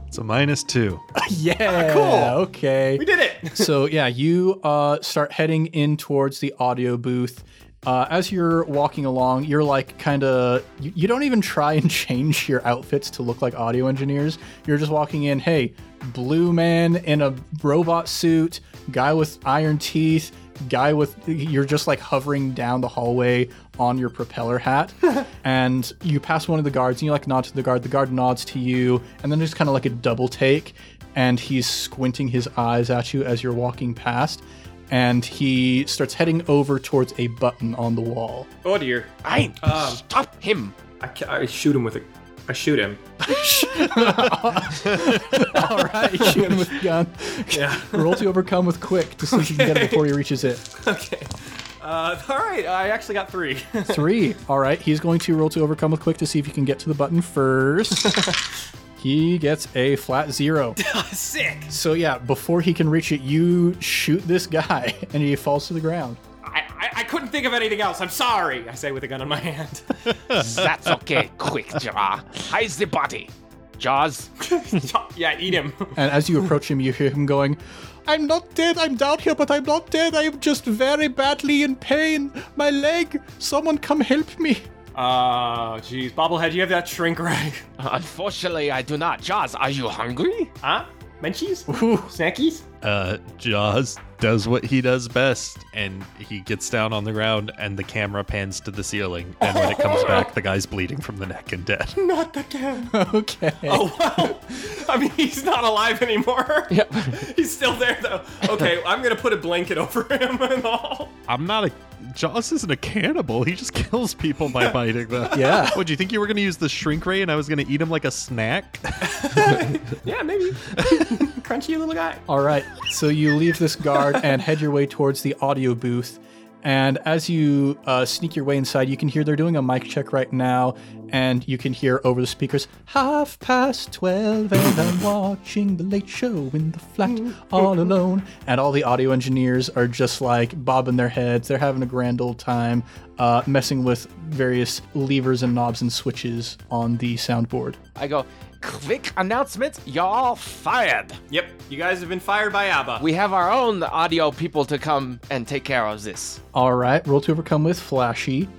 S4: It's a minus two.
S1: [LAUGHS] Yeah.
S2: Ah, cool.
S1: Okay
S2: We did it.
S1: [LAUGHS] so yeah, you uh, start heading in towards the audio booth. Uh, as you're walking along, you're like kind of you, you don't even try and [LAUGHS] change your outfits to look like audio engineers. You're just walking in. Hey, blue man in a robot suit, guy with iron teeth, guy with you're just like hovering down the hallway on your propeller
S2: [LAUGHS]
S1: hat and you pass one of the guards and you like nod to the guard the guard nods to you and then there's kind of like a double take and he's squinting his eyes at you as you're walking past and he starts heading over towards a button on the wall
S2: Oh dear.
S3: I
S2: Um,
S3: stop him.
S2: I, ca- I shoot him with a. I shoot him.
S1: all right shoot him [LAUGHS] with the gun
S2: Yeah.
S1: [LAUGHS] roll to overcome with quick to see if you can get it before he reaches it
S2: okay. Uh, [LAUGHS] all right. I actually got three. [LAUGHS]
S1: Three. All right. He's going to roll to overcome with quick to see if he can get to the button first. he gets a flat zero.
S2: Sick.
S1: So, yeah, before he can reach it, you shoot this guy [LAUGHS] and he falls to the ground.
S2: I, I, I couldn't think of anything else. I'm sorry. I say with a gun in my
S1: [LAUGHS]
S2: hand. [LAUGHS]
S3: That's okay. Quick, Jaws. Hide the body. Jaws.
S2: yeah, eat him.
S1: And as you approach him, you hear him going, I'm not dead. I'm down here, but I'm not dead. I am just very badly in pain. My leg. Someone come help me. [LAUGHS]
S2: Oh, jeez. Bobblehead, you have that shrink [LAUGHS] rag.
S3: Unfortunately, I do not. Jaws, are you hungry?
S2: Huh? Munchies?
S1: Ooh.
S2: Snackies?
S4: Uh, Jaws does what he does best, and he gets down on the ground, and the camera pans to the ceiling. And when it comes back, the guy's bleeding from the neck and dead.
S2: Not
S1: [LAUGHS]
S2: the cat.
S1: Okay.
S2: Oh, wow. I mean, he's not alive anymore. [LAUGHS]
S3: Yep.
S2: He's still there, though. Okay, I'm going to put a blanket over him [LAUGHS] and all.
S4: I'm not a. Jaws isn't a cannibal. He just kills people by biting them.
S1: Yeah.
S4: What, do you think you were going to use the shrink ray and I was going to eat him like a snack?
S2: Yeah,
S1: [LAUGHS]
S2: maybe. Crunchy little guy.
S1: All right. So you leave this guard and head your way towards the audio booth. And as you uh, sneak your way inside, you can hear they're doing a mic check right now. And you can hear over the speakers, half past 12, and I'm watching the late show in the flat all alone. And all the audio engineers are just like bobbing their heads. They're having a grand old time uh, messing with various levers and knobs and switches on the soundboard.
S3: I go, quick announcement, y'all fired.
S2: Yep, you guys have been fired by ABBA.
S3: We have our own audio people to come and take care of this.
S1: All right. Roll to overcome with flashy.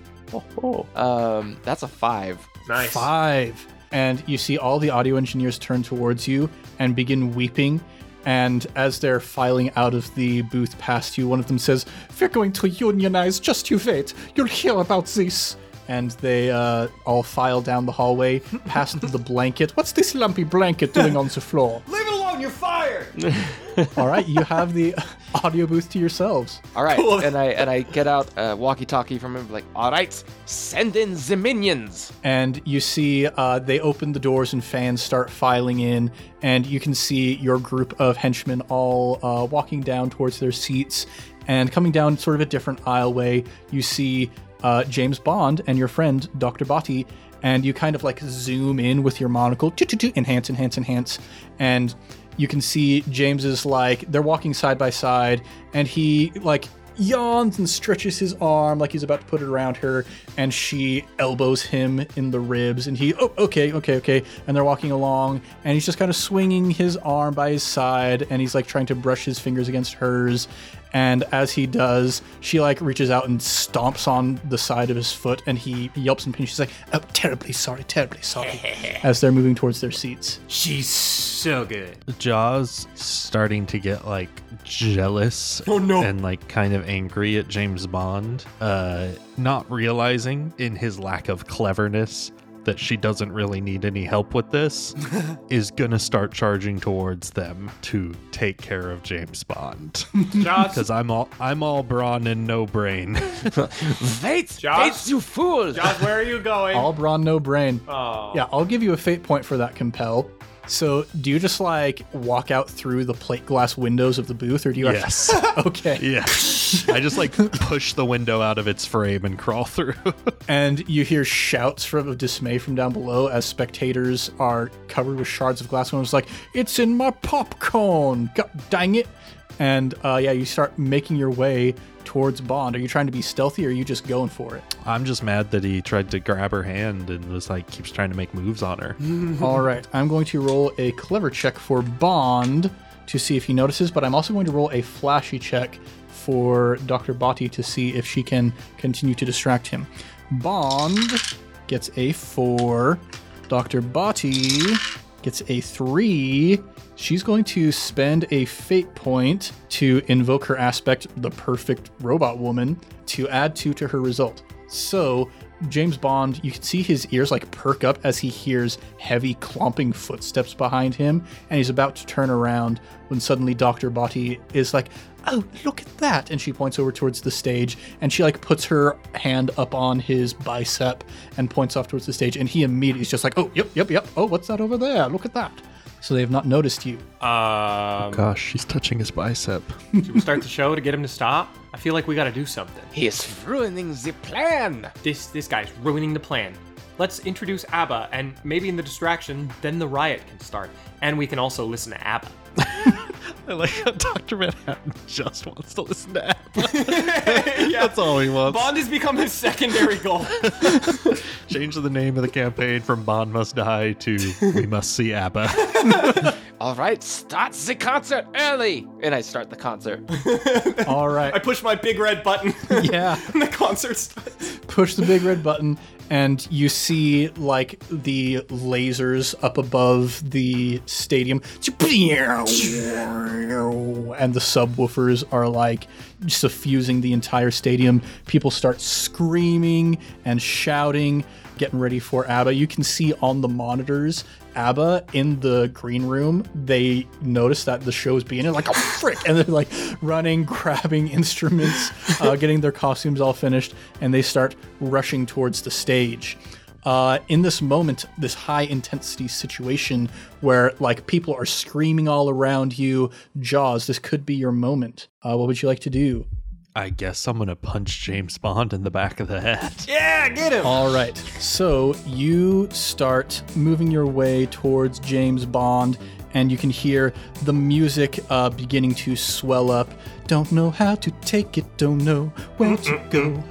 S3: Um, that's a five.
S2: nice.
S1: five. And you see all the audio engineers turn towards you and begin weeping. And as they're filing out of the booth past you, one of them says, We're going to unionize, just you wait. You'll hear about this. And they uh, all file down the hallway, past the blanket. What's this lumpy blanket doing on the floor?
S2: Leave it alone, you're fired!
S1: [LAUGHS] All right, you have the [LAUGHS] audio booth to yourselves.
S3: All right, and I and I get out a walkie-talkie from him, like, all right, send in the minions.
S1: and you see uh, they open the doors and fans start filing in and you can see your group of henchmen all uh, walking down towards their seats and coming down sort of a different aisleway you see uh, james bond and your friend dr botti and you kind of like zoom in with your monocle choo-choo-choo, enhance enhance enhance and you can see james is like they're walking side by side and he like yawns and stretches his arm like he's about to put it around her, and she elbows him in the ribs, and he, oh, okay, okay, okay. And they're walking along, and he's just kind of swinging his arm by his side, and he's like trying to brush his fingers against hers. And as he does, she like reaches out and stomps on the side of his foot, and he yelps and pinches. She's like, "Oh, terribly sorry, terribly sorry." as they're moving towards their seats.
S2: She's
S1: [LAUGHS]
S2: so good.
S4: Jaws starting to get like jealous
S2: Oh, no.
S4: and like kind of angry at James Bond, uh, not realizing in his lack of cleverness that she doesn't really need any help
S2: [LAUGHS]
S4: with this, is gonna start charging towards them to take care of James
S2: [LAUGHS]
S4: Bond.
S2: Joss,
S4: Because I'm all I'm all brawn and
S2: [LAUGHS]
S4: no brain.
S3: Wait,
S2: Josh?
S3: wait, you fool!
S2: Joss, where are you going?
S1: All brawn, no brain.
S2: oh.
S1: Yeah, I'll give you a fate point for that compel. So, do you just like walk out through the plate glass windows of the booth, or do you?
S4: yes.
S1: Actually... [LAUGHS] Okay.
S4: Yeah. I just like push the window out of its frame and crawl through. [LAUGHS]
S1: And you hear shouts from, of dismay from down below as spectators are covered with shards of glass. One was like, "It's in my popcorn! God dang it!" And uh, yeah, you start making your way towards Bond. Are you trying to be stealthy, or are you just going for it?
S4: I'm just mad that he tried to grab her hand and was like keeps trying to make moves on her.
S1: All right, I'm going to roll a clever check for Bond to see if he notices, but I'm also going to roll a flashy check for Dr. Botti to see if she can continue to distract him. Bond gets a four. Dr. Botti gets a three. She's going to spend a fate point to invoke her aspect, the perfect robot woman, to add two to her result. So, James Bond, you can see his ears like perk up as he hears heavy clomping footsteps behind him, and he's about to turn around when suddenly Dr. Botti is like, Oh, look at that! And she points over towards the stage, and she like puts her hand up on his bicep and points off towards the stage, and he immediately is just like, Oh, yep, yep, yep. Oh, what's that over there? Look at that. So they have not noticed you.
S2: Um,
S4: Gosh, she's touching his bicep.
S2: should we start the show to get him to stop? I feel like we gotta do something.
S3: He is ruining the plan.
S2: This this guy's ruining the plan. Let's introduce ABBA, and maybe in the distraction, then the riot can start, and we can also listen to [LAUGHS] ABBA.
S5: [LAUGHS] I like how Dr. Manhattan just wants to listen to
S4: [LAUGHS]
S5: Apple. That's all he wants.
S2: Bond has become his secondary goal.
S4: Change the name of the campaign from Bond Must
S5: [LAUGHS]
S4: Die to We Must See ABBA.
S3: All right, start the concert early, and I start the concert.
S1: All right.
S2: [LAUGHS] I push my big red button.
S1: [LAUGHS]
S2: [LAUGHS]
S1: yeah.
S2: and the concert starts.
S1: push the big red button and you see like the lasers up above the stadium and the subwoofers are like suffusing the entire stadium people start screaming and shouting getting ready for abba you can see on the monitors abba in the green room they notice that the show is beginning like oh frick and they're like running [LAUGHS] grabbing instruments uh, getting their costumes all finished and they start rushing towards the stage uh, in this moment, this high intensity situation where like people are screaming all around you, Jaws, this could be your moment. Uh, what would you like to do?
S4: I guess I'm gonna punch James Bond in the back of the
S5: [LAUGHS]
S4: head.
S2: Yeah, get him.
S1: All right. So you start moving your way towards James Bond, and you can hear the music uh, beginning to swell up. Don't know how to take it, don't know where to go.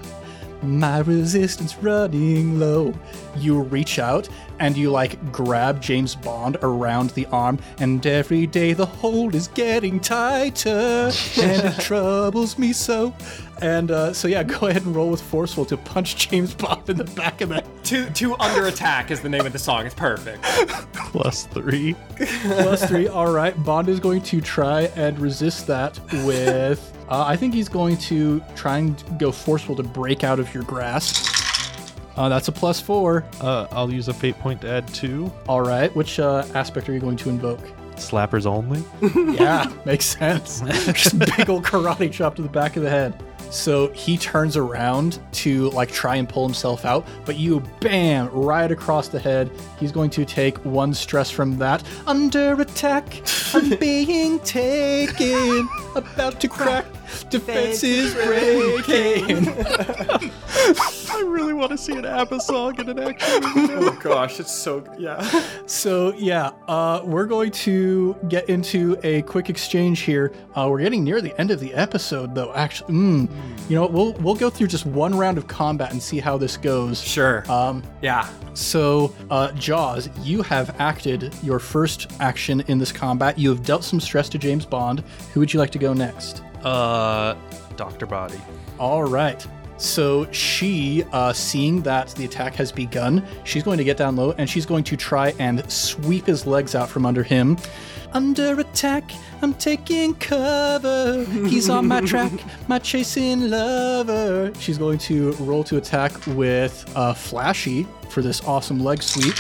S1: My resistance running low. You reach out and you like grab James Bond around the arm, and every day the hold is getting tighter, and it troubles me so. And uh, so yeah, go ahead and roll with forceful to punch [LAUGHS] James Bond in the back of the
S2: To to under attack is the name of the song. It's perfect.
S4: Plus three.
S1: plus three. All right, Bond is going to try and resist that with. Uh, I think he's going to try and go forceful to break out of your grasp. Uh, that's a plus four.
S4: Uh, I'll use a fate point to add two.
S1: All right, which uh, aspect are you going to invoke?
S5: [LAUGHS]
S4: Slappers only.
S1: Yeah, [LAUGHS] makes sense. Just big old karate chop to the back of the head. So he turns around to like try and pull himself out, but you bam right across the head. He's going to take one stress from that. Under attack, I'm being taken, about to crack, defenses breaking.
S5: I really want to see an ABBA song in an [LAUGHS] action movie.
S2: Oh gosh, it's so yeah.
S1: So yeah, uh, we're going to get into a quick exchange here. Uh, we're getting near the end of the episode, though. Actually, mm, you know, what, we'll we'll go through just one round of combat and see how this goes.
S2: Sure.
S1: Um,
S2: yeah.
S1: so, uh, Jaws, you have acted your first action in this combat. You have dealt some stress to James Bond. Who would you like to go next?
S4: Uh, Doctor Body.
S1: All right. So she, uh, seeing that the attack has begun, she's going to get down low and she's going to try and sweep his legs out from under him. Under attack, I'm taking cover. He's on my track, my chasing lover. She's going to roll to attack with uh, Flashy for this awesome leg sweep.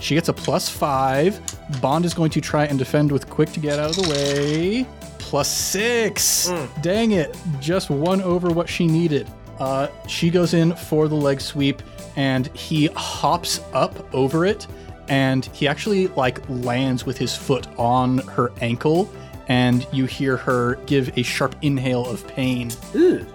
S1: She gets a plus five. Bond is going to try and defend with quick to get out of the way. Plus six. Dang it. Just one over what she needed. Uh, she goes in for the leg sweep and he hops up over it and he actually like lands with his foot on her ankle and you hear her give a sharp inhale of pain.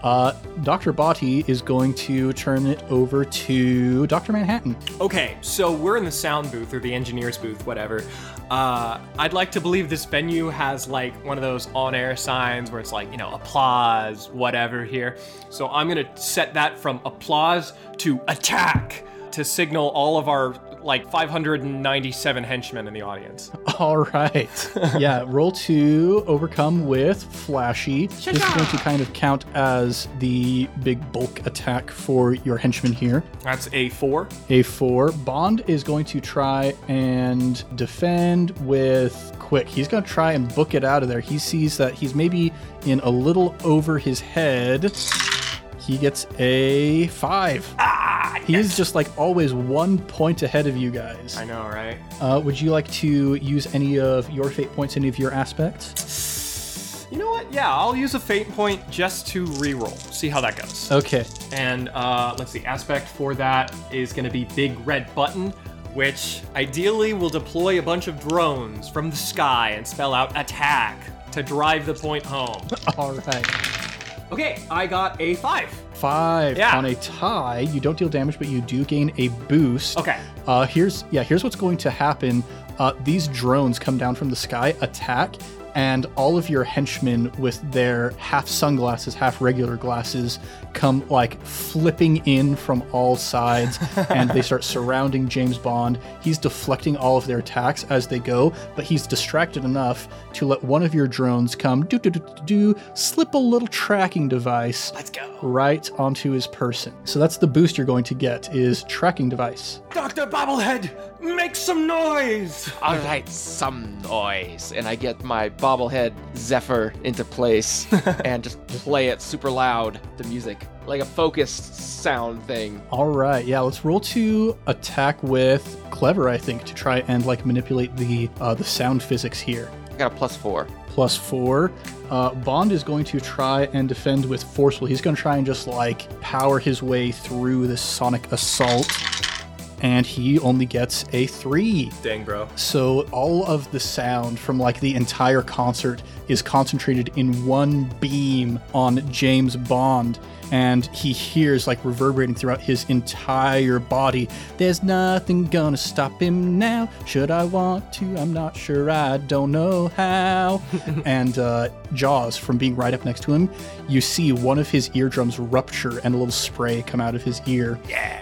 S1: Uh, Dr. Botti is going to turn it over to Dr. Manhattan.
S2: Okay, so we're in the sound booth or the engineer's booth, whatever. Uh, I'd like to believe this venue has like one of those on air signs where it's like, you know, applause, whatever here. So I'm going to set that from applause to attack to signal all of our like 597 henchmen in the audience.
S1: All right. yeah, roll two, overcome with flashy. This is going to kind of count as the big bulk attack for your henchman here.
S2: That's a four.
S1: A four. Bond is going to try and defend with quick. He's going to try and book it out of there. He sees that he's maybe in a little over his head. He gets a five. Ah, he's just like always one point ahead of you guys.
S2: I know, right?
S1: Uh, would you like to use any of your fate points, any of your aspects?
S2: You know what? Yeah, I'll use a fate point just to reroll. See how that goes.
S1: Okay.
S2: And uh, let's see, aspect for that is going to be Big Red Button, which ideally will deploy a bunch of drones from the sky and spell out attack to drive the point home.
S1: All right.
S2: Okay, I got a five.
S1: Five
S2: Yeah.
S1: on a tie. You don't deal damage, but you do gain a boost.
S2: Okay.
S1: Uh, here's yeah. Here's what's going to happen. Uh, these drones come down from the sky, attack, and all of your henchmen with their half sunglasses, half regular glasses, come like flipping in from all sides, and they start surrounding James Bond. He's deflecting all of their attacks as they go, but he's distracted enough to let one of your drones come do do do do do slip a little tracking device
S2: Let's go.
S1: right onto his person. So that's the boost you're going to get is tracking device.
S2: Dr. Bobblehead, make some noise.
S3: All right, some noise. And I get my bobblehead Zephyr into [LAUGHS] place and just play it super loud, the music, like a focused sound thing.
S1: All right, yeah, let's roll to attack with clever, I think, to try and like manipulate the uh, the sound physics here.
S3: I got a plus four.
S1: Plus four. Uh, Bond is going to try and defend with forceful. He's going to try and just like power his way through this sonic assault, and he only gets a three.
S2: Dang, bro.
S1: So all of the sound from like the entire concert is concentrated in one beam on James Bond and he hears like reverberating throughout his entire body. There's nothing gonna stop him now. Should I want to? I'm not sure. I don't know how. and uh, Jaws, from being right up next to him, you see one of his eardrums rupture and a little spray come out of his ear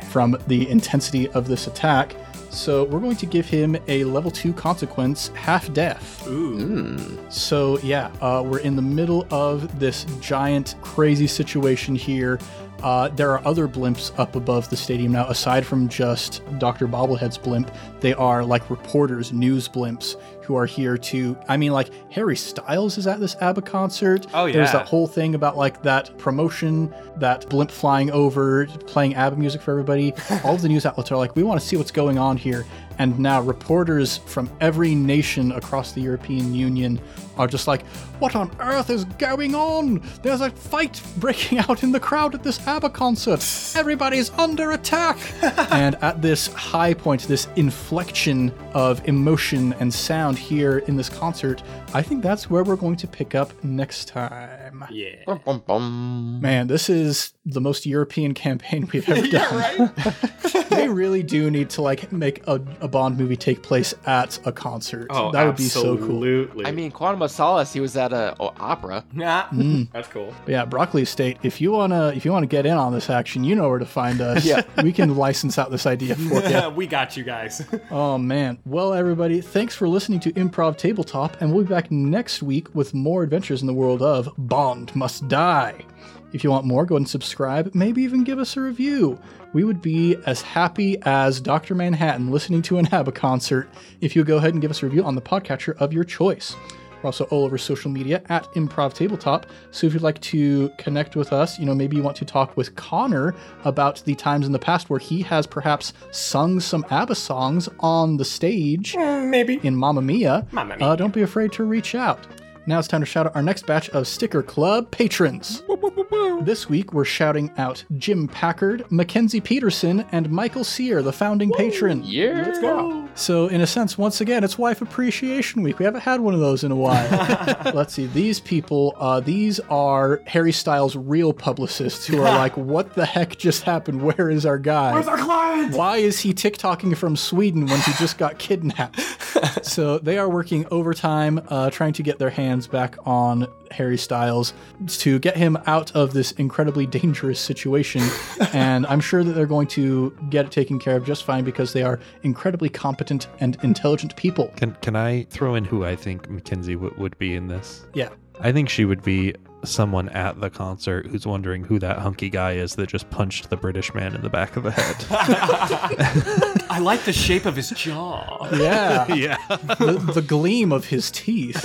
S1: from the intensity of this attack. So we're going to give him a level two consequence, half death.
S2: Ooh.
S1: So yeah, uh, we're in the middle of this giant crazy situation here. Uh, there are other blimps up above the stadium now, aside from just Dr. Bobblehead's blimp. They are like reporters, news blimps, who are here to. I mean, like Harry Styles is at this ABBA concert.
S2: Oh,
S1: There's
S2: yeah.
S1: that whole thing about like that promotion, that blimp flying over, playing ABBA music for everybody. All of the news outlets are like, we want to see what's going on here. And now reporters from every nation across the European Union are just like, what on earth is going on? There's a fight breaking out in the crowd at this ABBA concert. Everybody's under attack. and at this high point, this inflection of emotion and sound here in this concert, I think that's where we're going to pick up next time.
S2: Yeah.
S3: Bum, bum, bum.
S1: Man, this is the most European campaign we've ever done. [LAUGHS] They really do need to like make a, a Bond movie take place at a concert.
S2: Oh,
S1: that would be so cool.
S3: I mean, Quantum of Solace, he was at a a opera.
S2: Nah.
S1: Mm.
S2: That's [LAUGHS] cool.
S1: But yeah, Broccoli State. If you wanna if you wanna get in on this action, you know where to find us.
S3: Yeah.
S1: we can license out this idea for you.
S2: we got you guys.
S1: Oh man. Well, everybody, thanks for listening to Improv Tabletop, and we'll be back next week with more adventures in the world of Bond Must Die. If you want more, go ahead and subscribe, maybe even give us a review. We would be as happy as Dr. Manhattan listening to an [LAUGHS] ABBA concert if you go ahead and give us a review on the podcatcher of your choice. We're also all over social media at Improv Tabletop. So if you'd like to connect with us, you know, maybe you want to talk with Connor about the times in the past where he has perhaps sung some ABBA songs on the stage
S2: Maybe.
S1: in Mamma Mia,
S2: Mamma
S1: Uh, don't be afraid to reach out. Now it's time to shout out our next batch of Sticker Club patrons. This week we're shouting out Jim Packard, Mackenzie Peterson, and Michael Sear, the founding patron.
S3: Yeah. Let's go.
S1: So, in a sense, once again, it's Wife Appreciation Week. We haven't had one of those in a while. Let's see. These people, uh, these are Harry Styles' real publicists who are like, what the heck just happened? Where is our guy?
S2: Our clients.
S1: Why is he TikToking from Sweden when he just got kidnapped? so they are working overtime, uh, trying to get their hands back on Harry Styles to get him out of this incredibly dangerous situation. and I'm sure that they're going to get it taken care of just fine because they are incredibly competent and intelligent people.
S4: Can can I throw in who I think Mackenzie w- would be in this?
S1: Yeah.
S4: I think she would be someone at the concert who's wondering who that hunky guy is that just punched the British man in the back of
S2: [LAUGHS]
S4: the head. [LAUGHS]
S2: I like the shape of his jaw.
S1: Yeah.
S4: yeah.
S1: the, the gleam of his teeth.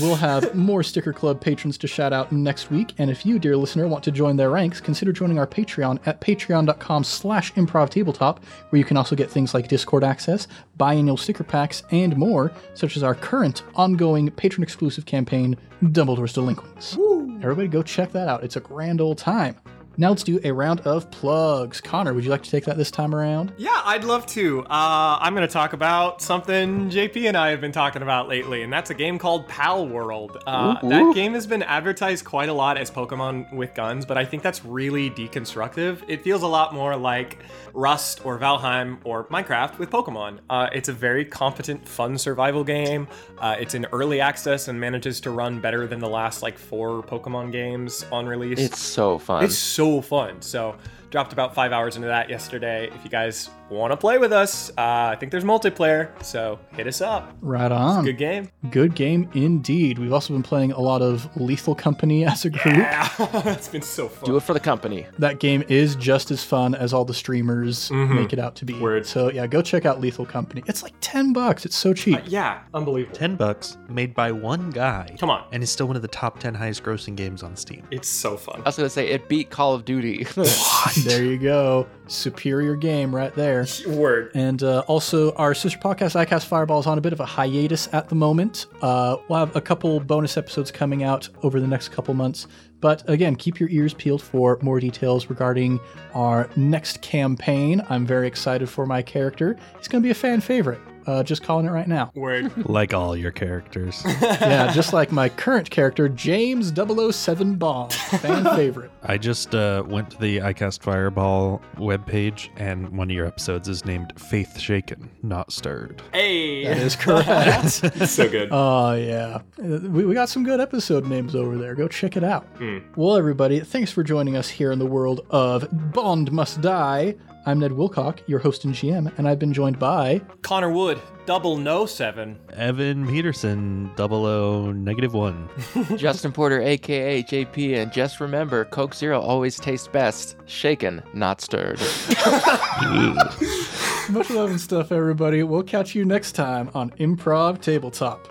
S1: We'll have more Sticker Club patrons to shout out next week, and if you, dear listener, want to join their ranks, consider joining our Patreon at patreon.com slash improv tabletop, where you can also get things like Discord access, biannual sticker packs, and more, such as our current ongoing patron-exclusive campaign, Dumbledore's Delinquents. Everybody go check that out. It's a grand old time. Now let's do a round of plugs. Connor, would you like to take that this time around?
S2: Yeah, I'd love to. Uh, I'm going to talk about something JP and I have been talking about lately, and that's a game called Pal World. Uh, that game has been advertised quite a lot as Pokemon with guns, but I think that's really deconstructive. It feels a lot more like Rust or Valheim or Minecraft with Pokemon. Uh, it's a very competent, fun survival game. Uh, it's in early access and manages to run better than the last like four Pokemon games on release.
S3: It's so fun.
S2: It's so fun. So dropped about five hours into that yesterday. If you guys want to play with us, uh, I think there's multiplayer, so hit us up.
S1: Right on.
S2: Good game.
S1: Good game indeed. We've also been playing a lot of Lethal Company as a group.
S2: [LAUGHS] it's been so fun.
S3: Do it for the company.
S1: That game is just as fun as all the streamers make it out to be.
S2: Word.
S1: So yeah, go check out Lethal Company. It's like ten bucks. It's so cheap.
S2: Uh, yeah, unbelievable.
S4: 10 bucks made by one guy.
S2: Come on.
S4: And it's still one of the top 10 highest grossing games on Steam.
S2: It's so fun.
S3: I was gonna say it beat Call of Duty. [LAUGHS]
S1: There you go. Superior game right there.
S2: Word.
S1: And uh, also, our sister podcast, ICAST Fireball, is on a bit of a hiatus at the moment. Uh, we'll have a couple bonus episodes coming out over the next couple months. But again, keep your ears peeled for more details regarding our next campaign. I'm very excited for my character. He's going to be a fan favorite. Uh, just calling it right now.
S2: Word.
S4: Like all
S2: [LAUGHS]
S4: your characters.
S1: yeah, just like my current character, James 007 Bond, fan favorite.
S4: I just uh, went to the iCast Fireball webpage, and one of your episodes is named Faith Shaken, Not Stirred.
S2: Hey.
S1: That is correct.
S2: [LAUGHS] so good.
S1: Oh, yeah. Uh, We, we got some good episode names over there. Go check it out. Well, everybody, thanks for joining us here in the world of Bond Must Die. I'm Ned Wilcock, your host and GM, and I've been joined by.
S2: Connor Wood, double no seven.
S4: Evan Peterson, 00 negative 1.
S3: Justin Porter, aka JP, and just remember, Coke Zero always tastes best shaken, not stirred.
S1: Much love and stuff, everybody. We'll catch you next time on Improv Tabletop.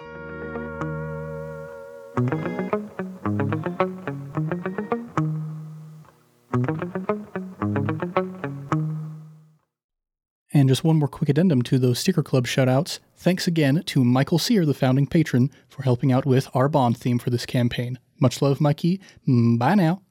S1: And just one more quick addendum to those Sticker Club shoutouts. Thanks again to Michael Sear, the founding patron, for helping out with our Bond theme for this campaign. Much love, Mikey. Mm, Bye now.